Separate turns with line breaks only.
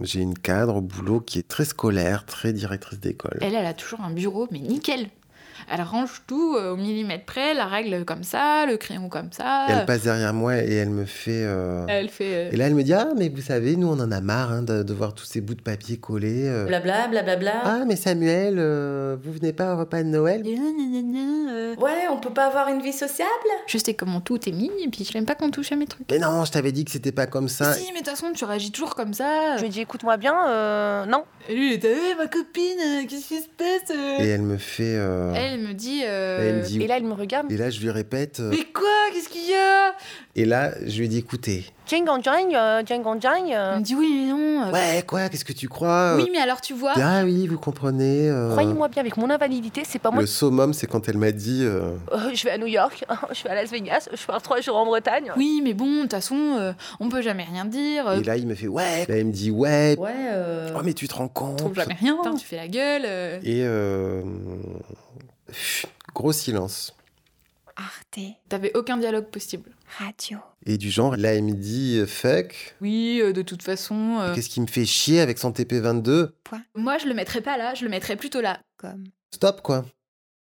J'ai une cadre au boulot qui est très scolaire, très directrice d'école.
Elle, elle a toujours un bureau, mais nickel. Elle range tout euh, au millimètre près, la règle comme ça, le crayon comme ça.
Et elle passe derrière moi et elle me fait. euh,
Elle fait. ah. euh,
Et là, elle me dit Ah, mais vous savez, nous, on en a marre hein, de, de voir tous ces bouts de papier collés. euh.
Blabla, blablabla.
Ah, mais Samuel, euh, vous venez pas au repas de Noël
euh,
Ouais, on peut pas avoir une vie sociable
Je sais comment tout est mis, et puis je n'aime pas qu'on touche à mes trucs.
Mais non, je t'avais dit que c'était pas comme ça.
Si, mais de toute façon, tu réagis toujours comme ça.
Je lui ai dit, écoute-moi bien, euh, non.
Et lui, il était, Eh, ma copine, euh, qu'est-ce qui se passe euh
Et elle me fait. euh,
Elle me dit. euh,
elle me dit
Et là, elle me regarde.
Et là, je lui répète. euh,
Mais quoi Qu'est-ce qu'il y a
Et là, je lui dis écoutez.
Django Jang, euh, Django Jang, euh,
Elle me dit oui, mais non. euh,
Ouais, euh, quoi Qu'est-ce que tu crois
Oui, mais alors tu vois.
Ah oui, vous comprenez. euh,
croyez-moi bien, avec mon invalidité, c'est pas moi.
Le summum, c'est quand elle m'a dit. euh,
Euh, je vais à New York, je vais à Las Vegas, je pars trois jours en Bretagne.
Oui, mais bon, de toute façon, euh, on peut jamais rien dire. euh,
Et là, il me fait ouais. Là, il me dit ouais.
Ouais, euh,
Oh, mais tu te rends
on
compte
trouve jamais rien. Putain, tu fais la gueule. euh.
Et euh, pff, gros silence.
Arte
T'avais aucun dialogue possible.
Ah.
Radio.
Et du genre, là, elle me dit euh, fuck.
Oui, euh, de toute façon. euh,
Qu'est-ce qui me fait chier avec son TP22
moi, je le mettrais pas là, je le mettrais plutôt là.
Comme
Stop, quoi.